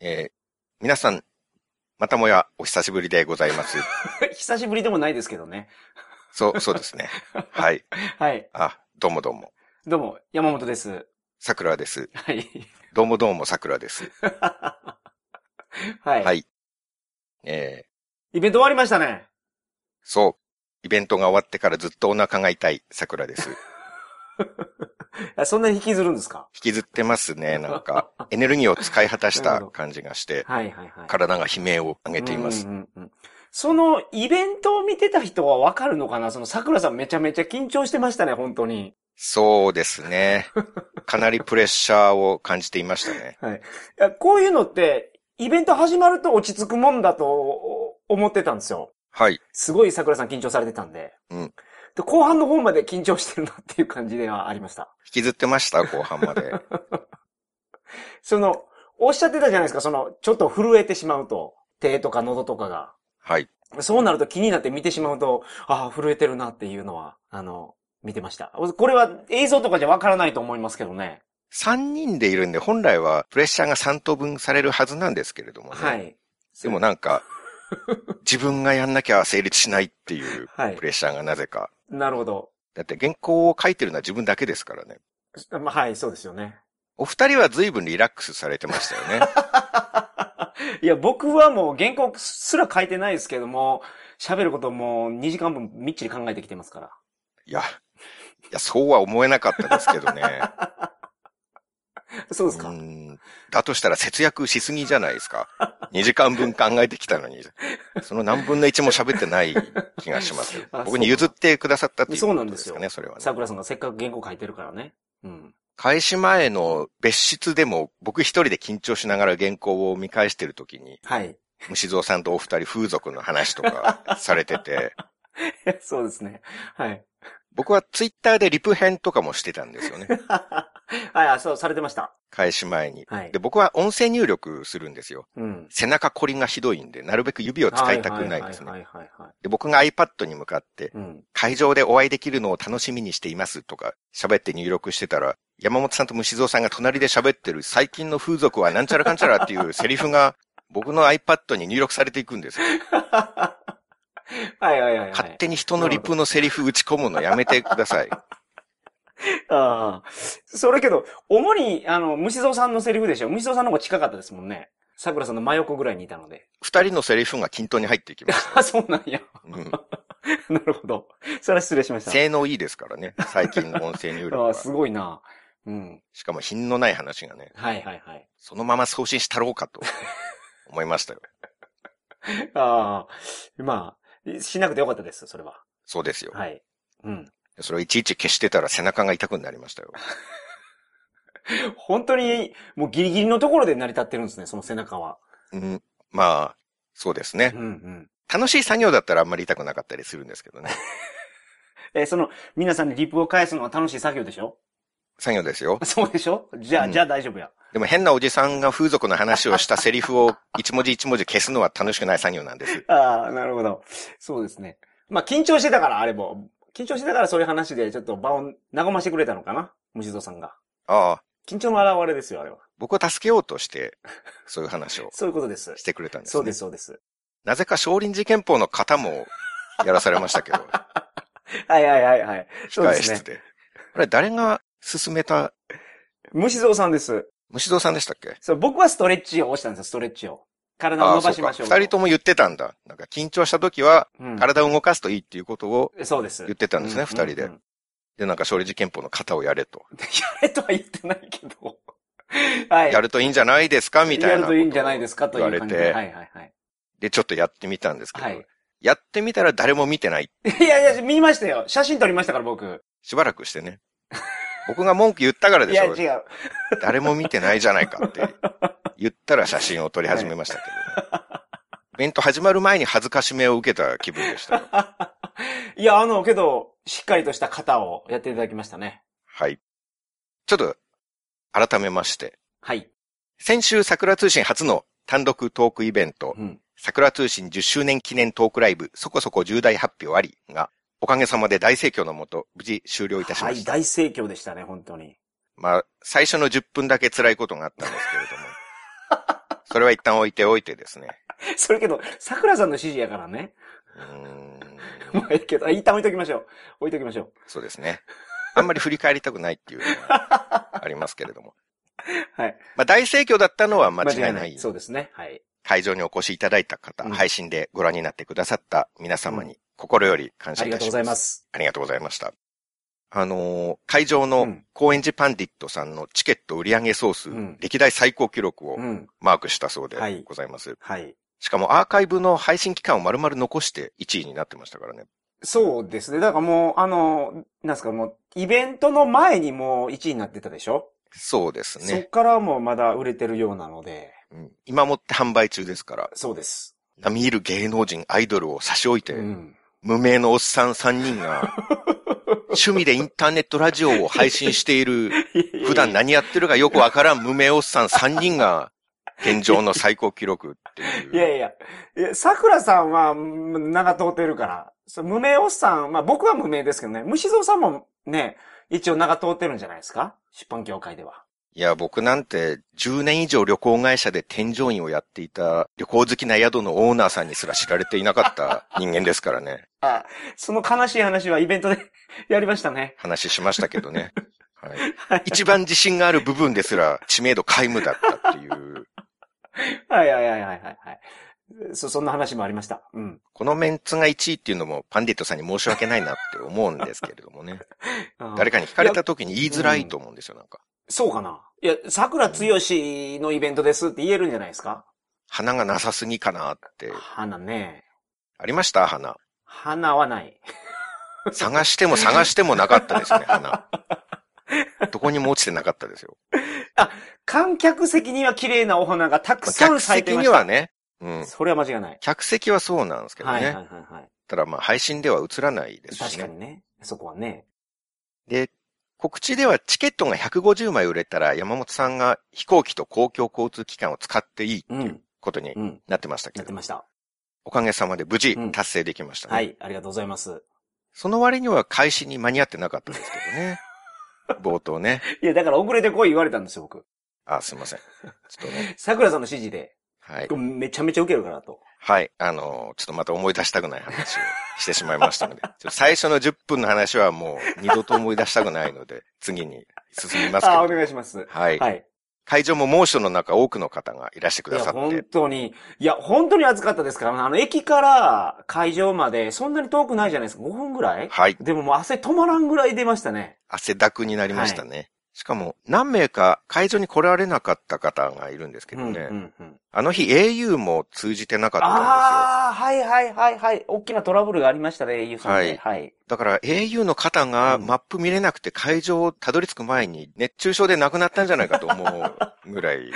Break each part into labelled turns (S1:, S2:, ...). S1: えー皆さん、またもやお久しぶりでござい ます。
S2: 久しぶりでもないですけどね。
S1: そう、そうですね。はい。
S2: はい。
S1: あ、どうもどうも。
S2: どうも、山本です。
S1: 桜です。
S2: はい。
S1: どうもどうも桜です。
S2: はい。
S1: はい。えー
S2: イベント終わりましたね。
S1: そう。イベントが終わってからずっとお腹が痛い桜 です。引
S2: あそんなに引きずるんですか
S1: きずってますね、なんか。 エネルギーを使い果たし
S2: なる
S1: た
S2: ほど
S1: 感じがして、
S2: はいはいはい。
S1: 体が悲鳴を上げています
S2: う。んうんうんそのイベントを見てた人はわかるのかなその桜さんめちゃめちゃ緊張してましたね、本当に。
S1: そうですね。かなりプレッシャーを感じていましたね。
S2: いやこういうのって、イベント始まると落ち着くもんだと思ってたんですよ。
S1: はい。
S2: すごい桜さん緊張されてたんで。
S1: うん
S2: で、後半の方まで緊張してるなっていう感じではありました。
S1: 引きずってました、後半ま で。
S2: その、おっしゃってたじゃないですか、その、ちょっと震えてしまうと、手とか喉とかが。
S1: はい。
S2: そうなると気になって見てしまうと、ああ、震えてるなっていうのは、あの、見てました。これは映像とかじゃわからないと思いますけどね。
S1: 三人でいるんで、本来はプレッシャーが三等分されるはずなんですけれどもね。
S2: はい。
S1: でもなん か、自分がやんなきゃ成立しないっていう
S2: はい
S1: プ。レッシャーがなぜか。
S2: なるほど。
S1: だって原稿を書いてるのは自分だけですからね。
S2: まあ、はい、そうですよね。
S1: お二人は随分リラックスされてましたよね。
S2: いや、僕はもう原稿すら書いてないですけども、喋ることも2時間分みっちり考えてきてますから。
S1: いや、いや、そうは思えなかったですけどね。
S2: そうですか。
S1: んだとしたら節約しすぎじゃないですか。2時間分考えてきたのに、その何分の1も喋ってない気がします。
S2: あ
S1: 僕に譲ってくださったっていう
S2: そうな
S1: こ
S2: ん
S1: と
S2: で
S1: ですす
S2: よ
S1: かね、それはね。
S2: 桜さんがせっかく原稿書いてるからね。うん。
S1: 開始前の別室でも僕一人で緊張しながら原稿を見返してる時に、
S2: はい。
S1: 虫蔵さんとお二人風俗の話とかされてて、
S2: そうですね。はい。
S1: 僕はツイッターでリプ編とかもしてたんですよね。
S2: はいあ、そう、されてました。
S1: 開始前に。
S2: はい
S1: で、。僕は音声入力するんですよ。
S2: うん。
S1: 背中こりがひどいんで、なるべく指を使いたくないんですね
S2: は。いはいはいはいはい。
S1: で、僕が iPad に向かって、
S2: うん。
S1: 会場でお会いできるのを楽しみにしていますとか、喋って入力してたら、山本さんと虫蔵さんが隣で喋ってる最近の風俗はなんちゃらかんちゃらっていう セリフが、僕の iPad に入力されていくんですよ。
S2: はいはいはい。
S1: 勝手に人のリプのセリフ打ち込むのやめてください。
S2: ああ。それけど、主に、あの、虫蔵さんのセリフでしょ。虫蔵さんの方が近かったですもんね。桜さんの真横ぐらいにいたので。
S1: 二人のセリフが均等に入っていきます。
S2: あ、そうなんや。
S1: うん、
S2: なるほど。それは失礼しました。
S1: 性能いいですからね、最近の音声入力
S2: あ あ、
S1: は。
S2: すごいな。うん。
S1: しかも品のない話がね、
S2: はいはいはい。
S1: そのまま送信したろうかと思いましたよ。
S2: ああ。まあ、しなくてよかったです、それは。
S1: そうですよ。
S2: はい。うん。
S1: それをいちいち消してたら背中が痛くなりましたよ。
S2: 本当に、もうギリギリのところで成り立ってるんですね、その背中は。
S1: うん、まあ、そうですね
S2: うん。うん。
S1: 楽しい作業だったらあんまり痛くなかったりするんですけどね。
S2: えーその、皆さんにリプを返すのは楽しい作業でしょ
S1: 作業ですよ。
S2: そうでしょじゃあ、
S1: うん
S2: じゃあ大丈夫や。
S1: でも変なおじさんが風俗の話をしたセリフを一文字一文字消すのは楽しくない作業なん です。
S2: ああ、なるほど。そうですね。まあ、緊張してたから、あれも。緊張してたからそういう話でちょっと場を和ましてくれたのかな虫蔵さんが。
S1: ああ、
S2: 緊張の表れですよ、あれは。
S1: 僕を助けようとして、そういう話を
S2: そういうことです。
S1: してくれたんです、ね。
S2: そうです、そうです。
S1: なぜか少林寺拳法の方もやらされま したけど、
S2: はいはいはいはい。そう
S1: 控
S2: で
S1: え
S2: すね
S1: 室。で。あれ誰が勧めた、
S2: 虫蔵さんです。
S1: 虫蔵さんでしたっけ
S2: そう、僕はストレッチを押したんですよ、ストレッチを。体を
S1: あ
S2: 伸
S1: あ、そ
S2: ば
S1: う
S2: し
S1: か。
S2: ましょ
S1: 二
S2: う。
S1: 人とも言ってたんだ。なんか緊張した時は
S2: うん、
S1: 体を動かすといいっていうことを
S2: そうです。
S1: 言ってたんですね、
S2: う
S1: 二人
S2: う
S1: で
S2: ん。
S1: で、なんか少林寺拳法の型をやれと。
S2: えとは言ってないけど。はい。
S1: やるといいんじゃないですかみたいな。
S2: やるといいんじゃないですかという感じ
S1: 言わ
S2: で。
S1: れて
S2: はいはいはい。
S1: で、ちょっとやってみたんですけど、
S2: はい
S1: やってみたら誰も見てない。
S2: いやいや、見ましたよ。写真撮りましたから僕。
S1: しばらくして ね。僕が文句言ったから
S2: い
S1: でし
S2: や
S1: ょ。
S2: 違う。
S1: 誰も見てないじゃないかって言ったら写真を撮り始めましたけど、ね。イベント始まる前に恥ずかしめを受けた気分でしたよ。
S2: いや、あの、けど、しっかりとした型をやっていただきましたね。
S1: はい。ちょっと、改めまして。
S2: はい。
S1: 先週、桜通信初の単独トークイベント、
S2: うん。
S1: 桜通信10周年記念トークライブ、そこそこ重大発表ありが、おかげさまで大盛況のもと、無事終了いたしま
S2: は
S1: した
S2: い、。大盛況でしたね、本当に。
S1: まあ、最初の10分だけ辛いことがあったんですけれども、それは一旦置いておいてですね。
S2: それけど、桜さんの指示やからね。
S1: うーん
S2: まあいいけど、一旦置いときましょう。置いときましょう。
S1: そうですね。あんまり振り返りたくないっていうのはありますけれど も。
S2: はい。
S1: まあ大盛況だったのは間違いない。
S2: そうですね。はい。
S1: 会場にお越しいただいた方、
S2: うん
S1: 配信でご覧になってくださった皆様に心より感謝
S2: あ
S1: い
S2: り
S1: た
S2: が
S1: し
S2: と
S1: ます。
S2: うございます。
S1: ありがとうございました。あのー会場
S2: う
S1: の
S2: ん
S1: 高円寺パンディットさんのチケット売上総数、
S2: うん
S1: 歴代最高記録を
S2: うん。
S1: マークしたそうで
S2: はい
S1: ございます。
S2: はい。
S1: しかもアーカイブの配信期間を丸々残して1位になってましたからね。
S2: そうですね。だからもう、あの、なんすか、もう、イベントの前にもう1位になってたでしょ、
S1: そうです
S2: そっ
S1: ね。
S2: からもうまだ売れてるようなので、
S1: うん今もって販売中ですから、
S2: そうです。
S1: 並みいる芸能人、アイドルを差し置いて、
S2: うん。
S1: 無名のおっさん3人 が、趣味でインターネットラジオを配信している 普段何やってるかよくわからん無名おっさん3人が、現状の最高記録っていう。
S2: いやいや、いや、桜さんは、うん名が通ってるから。そう無名おっさん、まあ僕は無名ですけどね、虫蔵さんもね、一応名が通ってるんじゃないですか出版業界では。
S1: いや、僕なんて10年以上旅行会社で添乗員をやっていた旅行好きな宿のオーナーさんにすら知られていなか った人間ですからね。
S2: あ、その悲しい話はイベントで やりましたね。
S1: 話しましたけどね。はい、一番自信がある部分ですら知名度皆無だったっていう。
S2: はいはいはいはいはいはい。そ、そんな話もありました。うん。
S1: このメンツが1位っていうのもパンディットさんに申し訳ないなって思うんですけれどもね。誰
S2: か
S1: かに聞かれた時に言いづらいと思うんですよ、なんか。
S2: そうかな。いや、桜つよしのイベントですって言えるんじゃないですか
S1: 花がなさすぎかなって。
S2: 花ね。
S1: ありました花。
S2: 花はない。
S1: 探しても探してもなかったですね、花。どこにも落ちてなかった ですよ。
S2: 観客席には綺麗なお花がた
S1: ま
S2: く
S1: あ
S2: さん
S1: 客
S2: 咲いて
S1: 席
S2: ま
S1: に
S2: した。
S1: はね、うん。
S2: それは間違いない。
S1: 客席はそうなんですけどね。
S2: はいはいはいはい。
S1: ただまあ配信では映らないです
S2: 確
S1: し
S2: か
S1: ね。
S2: にね。そこはね。
S1: で、告知ではチケットが150枚売れたら山本さんが飛行機と公共交通機関を使っていい
S2: うん。
S1: ことに
S2: うん。
S1: なってましたけ
S2: なっ
S1: ど、
S2: てました。
S1: おかげさまで無事
S2: うん
S1: 達成できましたね。
S2: はい。ありがとうございます。
S1: その割には開始に間に合ってなかったですけどね。冒頭ね。
S2: いや、だから遅れてこい言われたんですよ、僕。
S1: あ、すいません。ちょっとね。
S2: 桜さんの指示で。
S1: はい。
S2: めちゃめちゃ受けるからと。
S1: はい。あの、ちょっとまた思い出したくない話をしてしまいましたので、ちょっと最初の10分の話はもう二度と思い出したくないので、次に進みますけ
S2: あ、お
S1: ど。
S2: 願いします。
S1: はい。
S2: はい。
S1: 会場も猛暑の中多くの方がいらしてく
S2: い
S1: だ
S2: や、
S1: さっ
S2: 本
S1: て、
S2: 当に。いや、本当に暑かったですから、あの、駅から会場までそんなに遠くないじゃないですか。5分ぐらい
S1: はい。
S2: でももう汗止まらんぐらい出ましたね。
S1: 汗だくになりましたね。しかも、何名か会場に来られなかった方がいるんですけどね。
S2: うんうんうん。
S1: あの日 au も通じてなかったんですよ。
S2: ああ、はいはいはいはい。大きなトラブルがありましたね、ゆうさんで。はい。
S1: だから au の方がマップ見れなくて会場をたどり着く前に熱中症で亡くなったんじゃないかと思うぐらい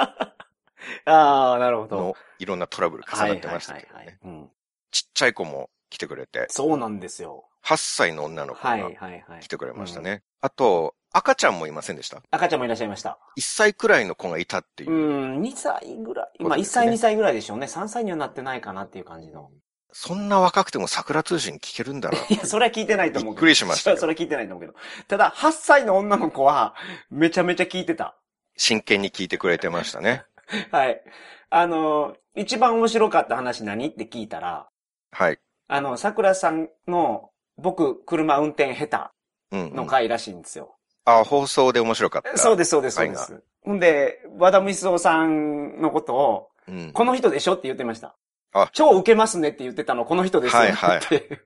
S2: ああ、なるほど。
S1: のいろんなトラブル重なってましたけど
S2: はいはい
S1: ね。
S2: はいはいうん
S1: ちっちゃい子も来てくれて、
S2: そうなんですよ。
S1: 8歳の女の子
S2: は
S1: が
S2: いはいはい
S1: 来。てくれました
S2: う
S1: ね。あと、赤ちゃんもいませんでした
S2: 赤ちゃんもいらっしゃいました。
S1: 1歳くらいの子がいたっていうう。
S2: ん、2歳ぐらい。
S1: そう
S2: まあ
S1: で
S2: 1
S1: すね
S2: 歳2歳ぐらいでしょうね。3歳にはなってないかなっていう感じ の。
S1: そんな若くても桜通信聞けるんだな。
S2: いや、それは聞いてないと思うけ
S1: び
S2: ど。
S1: っくりしましたよ
S2: それは聞いてないと思うけど。ただ、8歳の女の子は、めちゃめちゃ聞いてた。
S1: 真剣に聞いてくれてましたね。
S2: はい。あの、一番面白かった話何って聞いたら、
S1: はい。
S2: あの、桜さんの、僕、車運転下
S1: うん、
S2: 手
S1: う
S2: の
S1: ん。
S2: 回らしいんですよ。
S1: あ、放送で面白かった。
S2: そうです、そうです、そう
S1: 会
S2: で
S1: が
S2: す。ほんで、和田光夫さんのことを、
S1: うん。
S2: この人でしょって言ってました。
S1: あ
S2: 超ウケますねって言ってたの、この人ですよ
S1: はいはい
S2: って言って。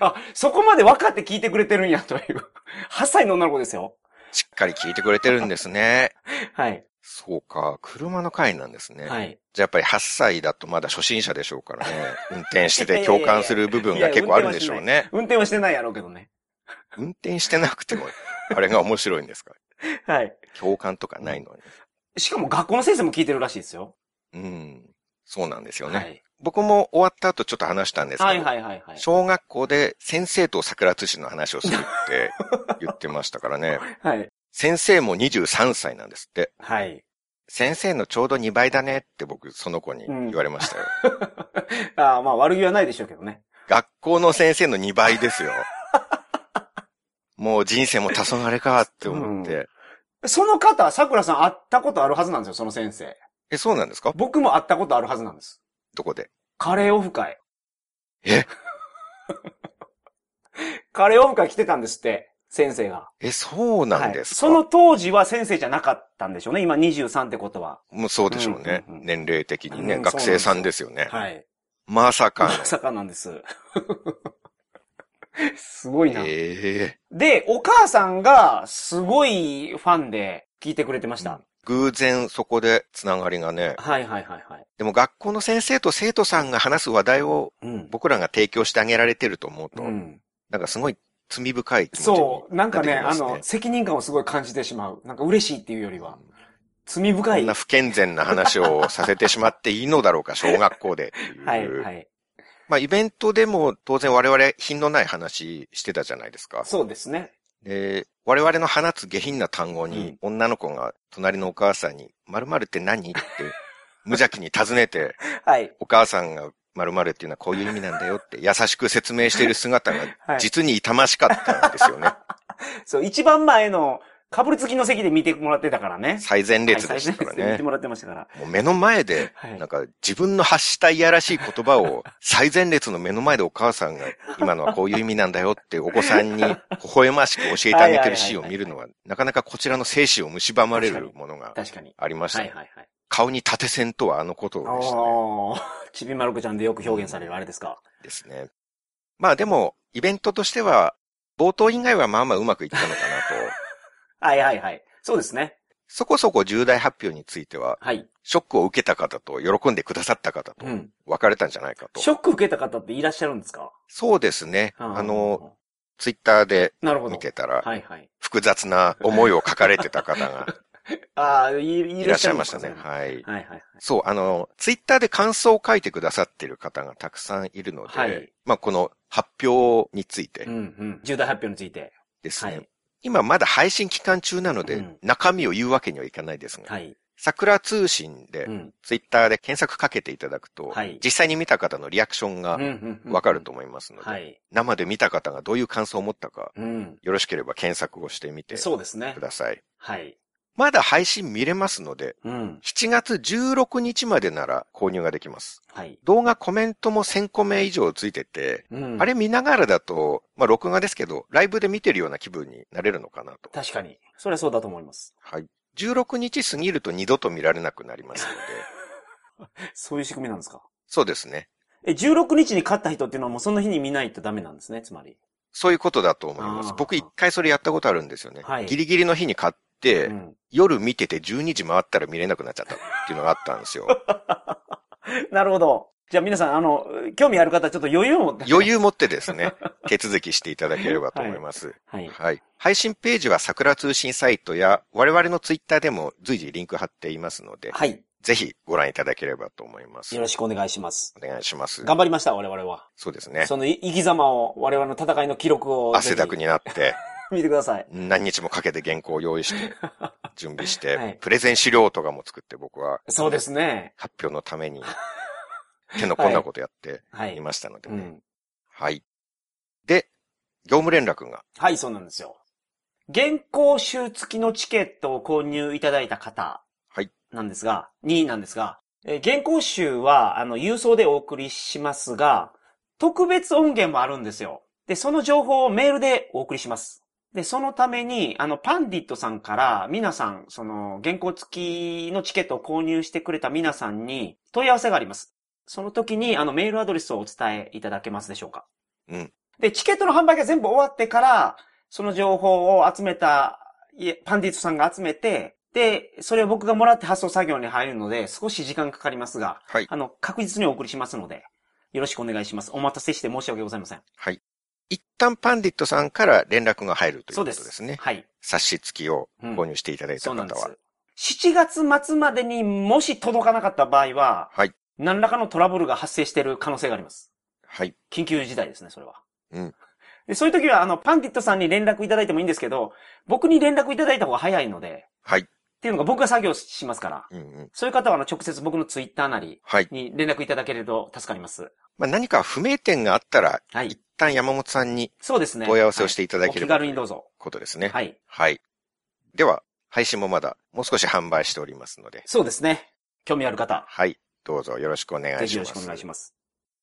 S2: あ、そこまで分かって聞いてくれてるんや、という。8歳の女の子ですよ。
S1: しっかり聞いてくれてるんですね。
S2: はい。
S1: そうか。車の回なんですね。
S2: はい。
S1: じゃあやっぱり8歳だとまだ初心者でしょう からね。運転して
S2: いや
S1: て
S2: いやいや
S1: 共感する部分が結構あるんでしょうね。
S2: 運転はしてないやろうけどね。
S1: 運転してなくて も、あれが面白いんですか
S2: はい。
S1: 共感とかないの
S2: しかも学校の先生も聞いてるらしいですよ。
S1: に。うん。そうなんですよね。
S2: はい。
S1: 僕も終わった後ちょっと話したんですけど、
S2: はいはいはいはい。
S1: 小学校で先生と桜津市の話をする って言ってましたからね。
S2: はい。
S1: 先生も23歳なんですって。
S2: はい。
S1: 先生のちょうど2倍だねって僕その子に言われましたよ。
S2: あーまあ悪気はないでしょうけどね。
S1: 学校の先生の2倍です よ。もう人生も黄昏かって思って。
S2: その方、桜さん会ったことあるはずなんですよ、その先生。
S1: え、そうなんですか
S2: 僕も会ったことあるはずなんです。
S1: どこで
S2: カレーオフ会。
S1: え
S2: カレーオフ会来てたんですって、先生が。
S1: え、そうなんですか、
S2: はいその当時は先生じゃなかったんでしょうね。今23ってことは。
S1: もうそうでしょうね。
S2: うんうんうん
S1: 年齢的にね、
S2: うん
S1: 学生さんですよね。
S2: はい。
S1: まさか
S2: ま
S1: の。
S2: さかなんです。 すごいな。
S1: ええ
S2: で、お母さんがすごいファンで聞いてくれてました。
S1: 偶然そこでつながりがね。
S2: はいはいはいはい。
S1: でも学校の先生と生徒さんが話す話題を
S2: うん。
S1: 僕らが提供してあげられてると思うと、
S2: うん、
S1: なんかすごい罪深い気持ちに
S2: そう、なんかね、
S1: なって
S2: あ
S1: きます
S2: の、責任感をすごい感じてしまう。なんか嬉しいっていうよりは。罪
S1: こ
S2: 深い。
S1: んな
S2: は
S1: 不健全な話をさせてしまっていいのだろう か、小学校でっていう。
S2: いはい。
S1: まあ、イベントでも当然我々品のない話してたじゃないですか。
S2: そうですね。
S1: で、我々の放つ下品な単語に、女の子が隣のお母さんに、〇〇って何って無邪気に尋ねて、
S2: はい。
S1: お母さんが〇〇っていうのはこういう意味なんだよって優しく説明している姿が
S2: はい。
S1: 実に痛ましかったんですよね。
S2: そう、一番前の、かぶりつきの席で見てもらってたからね。
S1: 最前列でしたか
S2: はい最前列で見
S1: ら
S2: て
S1: ね。
S2: もらってましたから。
S1: もう目の前で、
S2: はい
S1: なん。か自分の発したいやらしい言葉を最前列の目の前でお母さんが今のはこういう意味なんだよってお子さんに 微笑ましく教えてあげてるシーンを見るのはなかなかこちらの精神を蝕まれるものが
S2: 確かに。
S1: ありました
S2: はい
S1: ね。
S2: はいはい。
S1: 顔に縦線とはあのことでしたね
S2: おー、ちびまる子ちゃんでよく表現されるあれですか。
S1: ですね。まあでも、イベントとしては冒頭以外はまあまあうまくいったのかなと。
S2: はいはいはい。そうですね。
S1: そこそこ重大発表については、
S2: はい。
S1: ショックを受けた方と喜んでくださった方と
S2: うん。
S1: 分かれたんじゃないかと。
S2: ショック受けた方っていらっしゃるんですか
S1: そうですね。
S2: うん
S1: あの、ツイッターで
S2: なるほど。
S1: 見てたら、
S2: はいはい。
S1: 複雑な思いを書かれてた方が
S2: ああ、い
S1: い
S2: い
S1: ら
S2: ら
S1: っ
S2: っ
S1: し
S2: し
S1: ゃ
S2: ゃ
S1: い
S2: い
S1: ま
S2: ま
S1: し
S2: したた
S1: ね
S2: ね。。
S1: はい。
S2: はいはい。
S1: そう、あの、ツイッターで感想を書いてくださってる方がたくさんいるので、
S2: はい
S1: まあこの発表について
S2: うんうん。重大発表について。
S1: です
S2: は
S1: ね、
S2: い。
S1: 今まだ配信期間中なので、
S2: うん
S1: 中身を言うわけにはいかないですが、
S2: はい。
S1: 桜通信で、
S2: うん。
S1: ツイッターで検索かけていただくと、
S2: はい
S1: 実際に見た方のリアクション
S2: う
S1: が
S2: んうんうん
S1: わかると思いますので、
S2: はい。
S1: 生で見た方がどういう感想を持ったか、
S2: うん。
S1: よろしければ検索をしてみて
S2: そうですね
S1: く。ださい。
S2: はい。
S1: まだ配信見れますので、
S2: うん。
S1: 7月16日までなら購入ができます。
S2: はい。
S1: 動画コメントも1000コメ以上ついてて、
S2: うん。
S1: あれ見ながらだと、まあ録画ですけど、ライブで見てるような気分になれるのかなと。
S2: 確かに。それはそうだと思います。
S1: はい。16日過ぎると二度と見られなくなりますので、
S2: そういう仕組みなんですか
S1: そうですね。
S2: え、16日に勝った人っていうのはもうその日に見ないとダメなんですね、つまり。
S1: そういうことだと思いま
S2: あ
S1: す
S2: ー。
S1: 僕一回それやったことあるんですよね。
S2: はい
S1: ギリギリの日に買って、
S2: うん。
S1: 夜見てて12時回ったら見れなくなっちゃったっていうのがあったんです よ。
S2: なるほど。じゃあ皆さん、あの、興味ある方はちょっと余裕を持って。
S1: 余裕持ってですね、手続きしていただければと思います。
S2: はい。
S1: はい。配信ページは桜通信サイトや我々のツイッターでも随時リンク貼っていますので、
S2: はい。
S1: ぜひご覧いただければと思います。
S2: よろしくお願いします。
S1: お願いします。
S2: 頑張りました、我々は。
S1: そうですね。
S2: そのい生き様を、我々の戦いの記録を。
S1: 汗だくになって、
S2: 見てください。
S1: 何日もかけて原稿を用意 して、準備して、
S2: はい
S1: プレゼン資料とかも作って僕は、
S2: そうですね。
S1: 発表のために、 手の込んだことやって
S2: はい
S1: い。ましたので
S2: う
S1: ね。
S2: ん。
S1: はい。で、業務連絡が、
S2: はい、そうなんですよ。現行週付きのチケットを購入いただいた方。
S1: はい
S2: なんですが、になんですが、えー現行週は、あの、郵送でお送りしますが、特別音源もあるんですよ。で、その情報をメールでお送りします。で、そのために、あの、パンディットさんから、皆さん、その、現行付きのチケットを購入してくれた皆さんに問い合わせがあります。その時に、あの、メールアドレスをお伝えいただけますでしょうか
S1: うん。
S2: で、チケットの販売が全部終わってから、その情報を集めた、いえパンディットさんが集めて、で、それを僕がもらって発送作業に入るので、少し時間かかりますが、
S1: はい。
S2: あの、確実にお送りしますので、よろしくお願いします。お待たせして申し訳ございません。
S1: はい。一旦パンディットさんから連絡が入るということですね。
S2: はい。
S1: 冊子付きを
S2: うん
S1: 購入していただいた
S2: そう
S1: 方
S2: なんで
S1: は。
S2: す。7月末までにもし届かなかった場合は、
S1: はい。
S2: 何らかのトラブルが発生している可能性があります。
S1: はい。
S2: 緊急事態ですね、それは。
S1: うん。
S2: で、そういう時は、あの、パンディットさんに連絡いただいてもいいんですけど、僕に連絡いただいた方が早いので、
S1: はい。
S2: っていうのが僕が作業しますから、
S1: うんうん。
S2: そういう方は、あの、直接僕のツイッターなり
S1: はい。
S2: に連絡いただけると助かります。
S1: まあ、何か不明点があったら、
S2: はい
S1: 一旦山本さんに
S2: そうですね。
S1: 問い合わせをしていただければ、
S2: はいお気軽にどうぞ。
S1: ことですね。はい。
S2: はい。
S1: では、配信もまだもう少し販売しておりますので、
S2: そうですね。興味ある方、
S1: はい。どうぞよろしくお願
S2: ぜ
S1: い
S2: ひ
S1: し
S2: よ
S1: ま
S2: ろしくお願い
S1: す
S2: し。ます。